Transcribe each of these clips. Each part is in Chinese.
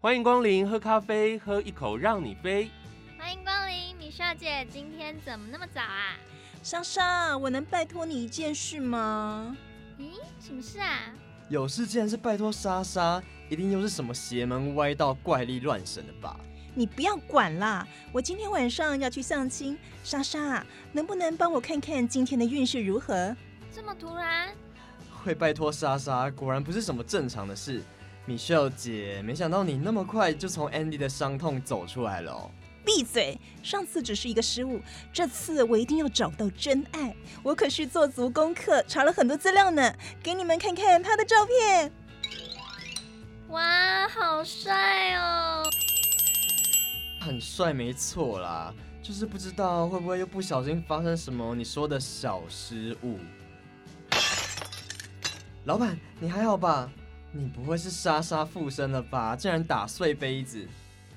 欢迎光临，喝咖啡，喝一口让你飞。欢迎光临，米少姐，今天怎么那么早啊？莎莎，我能拜托你一件事吗？咦，什么事啊？有事竟然是拜托莎莎，一定又是什么邪门歪道、怪力乱神的吧？你不要管啦，我今天晚上要去相亲。莎莎，能不能帮我看看今天的运势如何？这么突然？会拜托莎莎，果然不是什么正常的事。米秀姐，没想到你那么快就从 Andy 的伤痛走出来了、哦。闭嘴！上次只是一个失误，这次我一定要找到真爱。我可是做足功课，查了很多资料呢，给你们看看他的照片。哇，好帅哦！很帅，没错啦，就是不知道会不会又不小心发生什么你说的小失误。老板，你还好吧？你不会是莎莎附身了吧？竟然打碎杯子！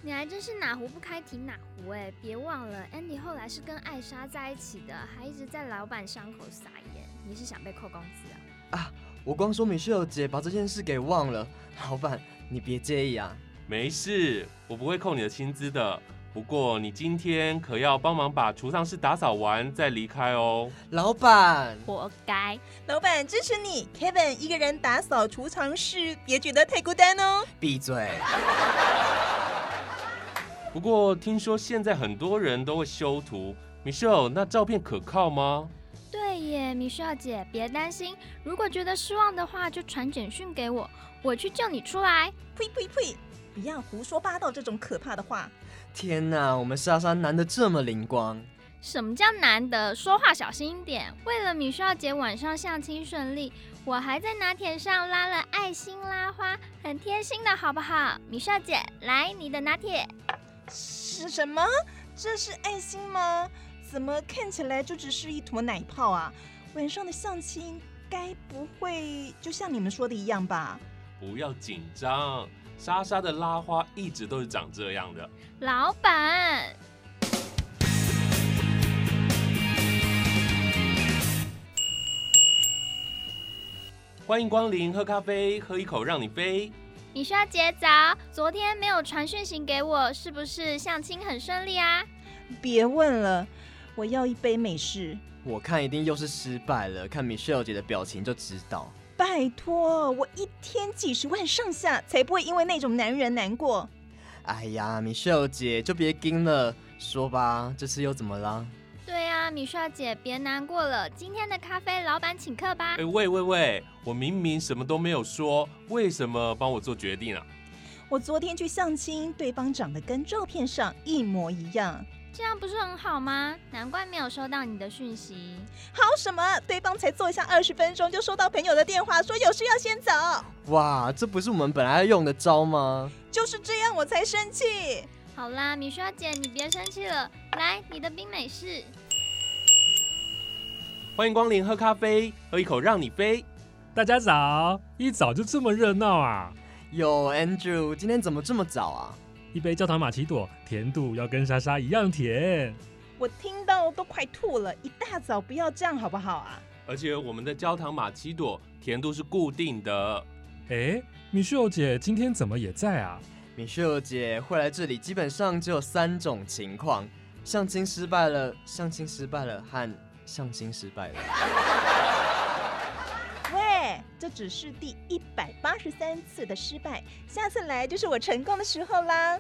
你还真是哪壶不开提哪壶哎、别忘了，Andy 后来是跟艾莎在一起的，还一直在老板伤口撒盐。你是想被扣工资啊？我光说米秀姐把这件事给忘了。老板，你别介意啊。没事，我不会扣你的薪资的。不过你今天可要帮忙把储藏室打扫完再离开哦。老板，活该！老板支持你，Kevin 一个人打扫储藏室，别觉得太孤单哦。闭嘴。不过听说现在很多人都会修图，Michelle，那照片可靠吗？对耶，米少姐，别担心，如果觉得失望的话，就传简讯给我，我去救你出来。呸呸呸！不要胡说八道这种可怕的话。天哪，我们莎莎难得这么灵光。什么叫难得？说话小心一点。为了米少姐晚上相亲顺利，我还在拿铁上拉了爱心拉花，很贴心的好不好？米少姐，来你的拿铁。是什么？这是爱心吗？怎么看起来就只是一坨奶泡啊？晚上的相亲该不会就像你们说的一样吧？不要紧张，莎莎的拉花一直都是长这样的。老板，欢迎光临，喝咖啡，喝一口让你飞。米少姐早，昨天没有传讯息给我，是不是相亲很顺利啊？别问了，我要一杯美式。我看一定又是失败了，看米秀姐的表情就知道。拜托，我一天几十万上下，才不会因为那种男人难过。哎呀，米秀姐就别盯了，说吧，这次又怎么啦？对啊，米少姐别难过了，今天的咖啡老板请客吧哎，。喂喂喂，我明明什么都没有说，为什么帮我做决定啊？我昨天去相亲，对方长得跟照片上一模一样。这样不是很好吗？难怪没有收到你的讯息。好什么？对方才坐下二十分钟，就收到朋友的电话，说有事要先走。哇，这不是我们本来要用的招吗？就是这样，我才生气。好啦，米少姐，你别生气了，来你的冰美式。欢迎光临，喝咖啡，喝一口让你飞。大家早，一早就这么热闹啊！有 Andrew，今天怎么这么早啊？一杯焦糖玛奇朵，甜度要跟莎莎一样甜。我听到都快吐了，一大早不要这样好不好啊？而且我们的焦糖玛奇朵甜度是固定的。哎，米秀姐今天怎么也在啊？米秀姐会来这里，基本上只有三种情况：相亲失败了、相亲失败了和相亲失败了。喂，这只是第一百八十三次的失败，下次来就是我成功的时候啦。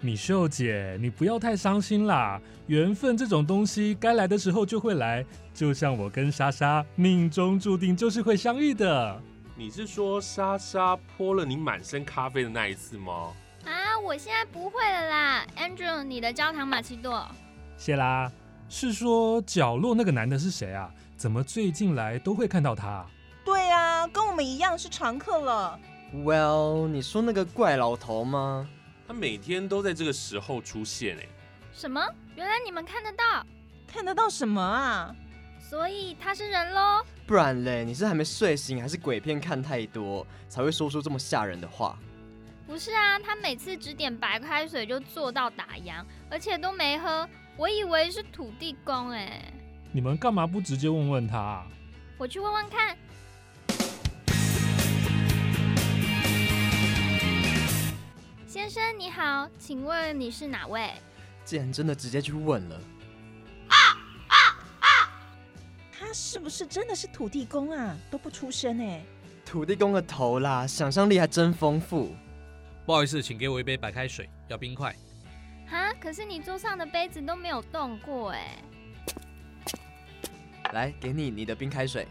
米秀姐，你不要太伤心啦，缘分这种东西，该来的时候就会来，就像我跟莎莎命中注定就是会相遇的。你是说莎莎泼了你满身咖啡的那一次吗？啊，我现在不会了啦，Andrew，你的焦糖玛奇朵。谢啦，是说角落那个男的是谁啊？怎么最近来都会看到他啊、对啊，跟我们一样是常客了。 Well，你说那个怪老头吗？他每天都在这个时候出现哎、什么？原来你们看得到，看得到什么啊？所以他是人喽？不然嘞，你是还没睡醒，还是鬼片看太多才会说出这么吓人的话？不是啊，他每次只点白开水就做到打烊，而且都没喝，我以为是土地公哎、你们干嘛不直接问问他啊、我去问问看。先生你好，请问你是哪位？竟然真的直接去问了。他是不是真的是土地公啊？都不出声哎、土地公的头啦，想象力还真丰富。不好意思，请给我一杯白开水，要冰块。哈，可是你桌上的杯子都没有动过哎。来，给你你的冰开水。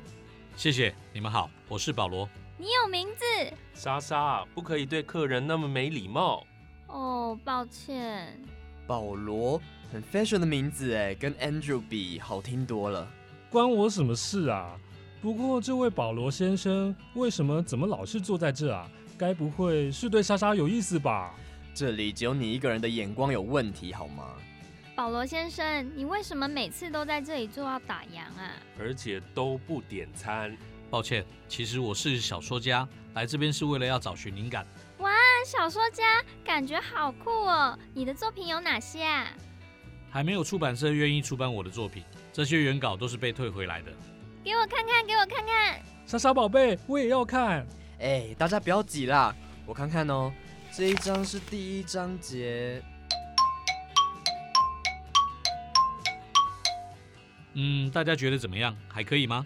谢谢，你们好，我是保罗。你有名字？莎莎不可以对客人那么没礼貌。哦，抱歉。保罗，很 fashion 的名字哎，跟 Andrew 比好听多了。关我什么事啊？不过这位保罗先生为什么怎么老是坐在这啊？该不会是对莎莎有意思吧？这里只有你一个人的眼光有问题好吗？保罗先生，你为什么每次都在这里做到打烊啊？而且都不点餐。抱歉，其实我是小说家，来这边是为了要找寻灵感。看小说家，感觉好酷哦！你的作品有哪些啊？还没有出版社愿意出版我的作品，这些原稿都是被退回来的。给我看看，给我看看。莎莎宝贝，我也要看。哎，大家不要挤啦，我看看哦。这一章是第一章节，嗯，大家觉得怎么样？还可以吗？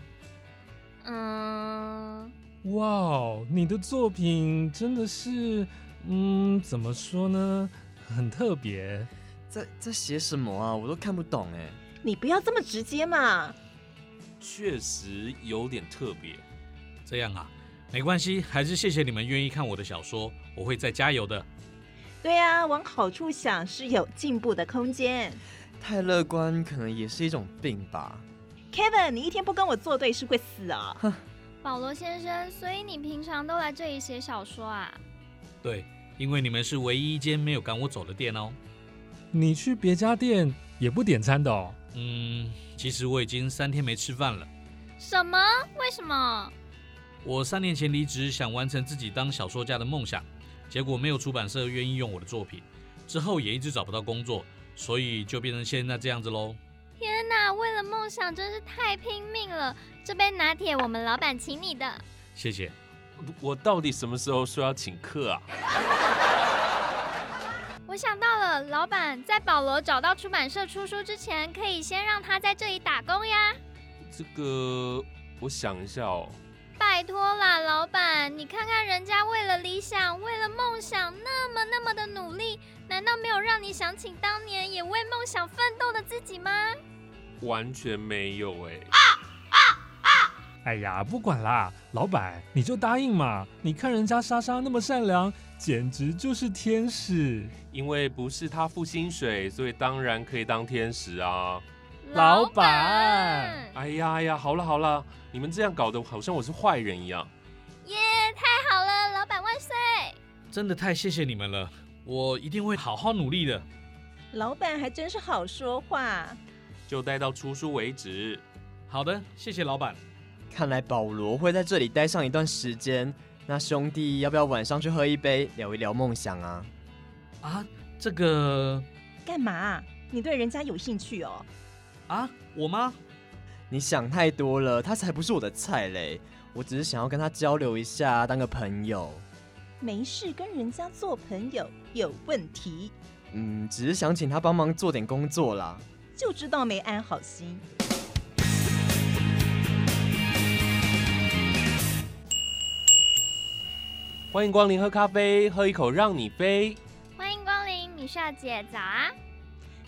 嗯，哇哦，你的作品真的是，嗯，怎么说呢，很特别。在在写什么啊？我都看不懂哎。你不要这么直接嘛！确实有点特别。这样啊，没关系，还是谢谢你们愿意看我的小说，我会再加油的。对啊，往好处想是有进步的空间。太乐观可能也是一种病吧。 Kevin，你一天不跟我作对是会死哦。保罗先生，所以你平常都来这里写小说啊？对，因为你们是唯一一间没有赶我走的店哦。你去别家店也不点餐的哦。嗯，其实我已经三天没吃饭了。什么？为什么？我三年前离职，想完成自己当小说家的梦想，结果没有出版社愿意用我的作品，之后也一直找不到工作，所以就变成现在这样子喽。天哪，啊为了梦想真是太拼命了！这杯拿铁我们老板请你的。谢谢。我到底什么时候说要请客啊？我想到了，老板在保罗找到出版社出书之前，可以先让他在这里打工呀。这个我想一下哦。拜托啦，老板，你看看人家为了理想、为了梦想那么那么的努力，难道没有让你想起当年也为梦想奋斗的自己吗？完全没有哎、哎呀，不管啦，老板你就答应嘛。你看人家莎莎那么善良，简直就是天使。因为不是他付薪水，所以当然可以当天使啊。老板哎呀哎呀，好了好了，你们这样搞得好像我是坏人一样。耶太好了，老板万岁！真的太谢谢你们了，我一定会好好努力的。老板还真是好说话。就待到出书为止。好的，谢谢老板。看来保罗会在这里待上一段时间。那兄弟，要不要晚上去喝一杯，聊一聊梦想啊？啊，这个干嘛啊？你对人家有兴趣哦？啊，我吗？你想太多了，他才不是我的菜嘞。我只是想要跟他交流一下，当个朋友。没事，跟人家做朋友有问题，嗯，只是想请他帮忙做点工作啦。就知道没安好心。欢迎光临喝咖啡，喝一口让你飞。欢迎光临，米少姐，早啊！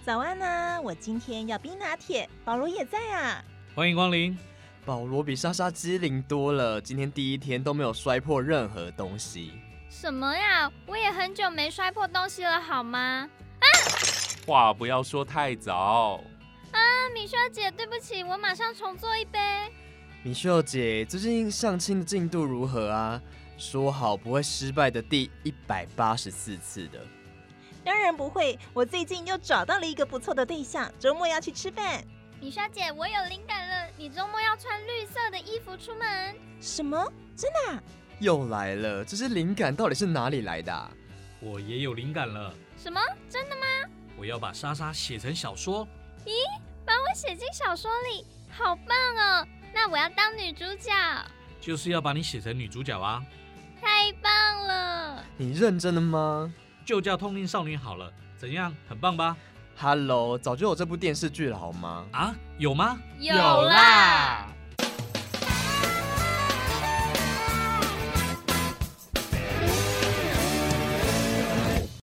早安呐、我今天要冰拿铁，保罗也在啊。欢迎光临。保罗比莎莎机灵多了，今天第一天都没有摔破任何东西。什么呀？我也很久没摔破东西了，好吗？话不要说太早。那米少姐，对不起，我马上重做一杯。米秀姐，最近相亲的进度如何啊？说好不会失败的第一百八十四次的，当然不会，我最近又找到了一个不错的对象，周末要去吃饭。米少姐，我有灵感了，你周末要穿绿色的衣服出门。什么？真的啊、又来了，这些灵感到底是哪里来的、啊？我也有灵感了，什么？真的吗？我要把莎莎写成小说。把我写进小说里，好棒哦！那我要当女主角，就是要把你写成女主角啊！太棒了！你认真的吗？就叫《通灵少女》好了，怎样？很棒吧？ Hello，早就有这部电视剧了好吗？啊，有吗？有啦。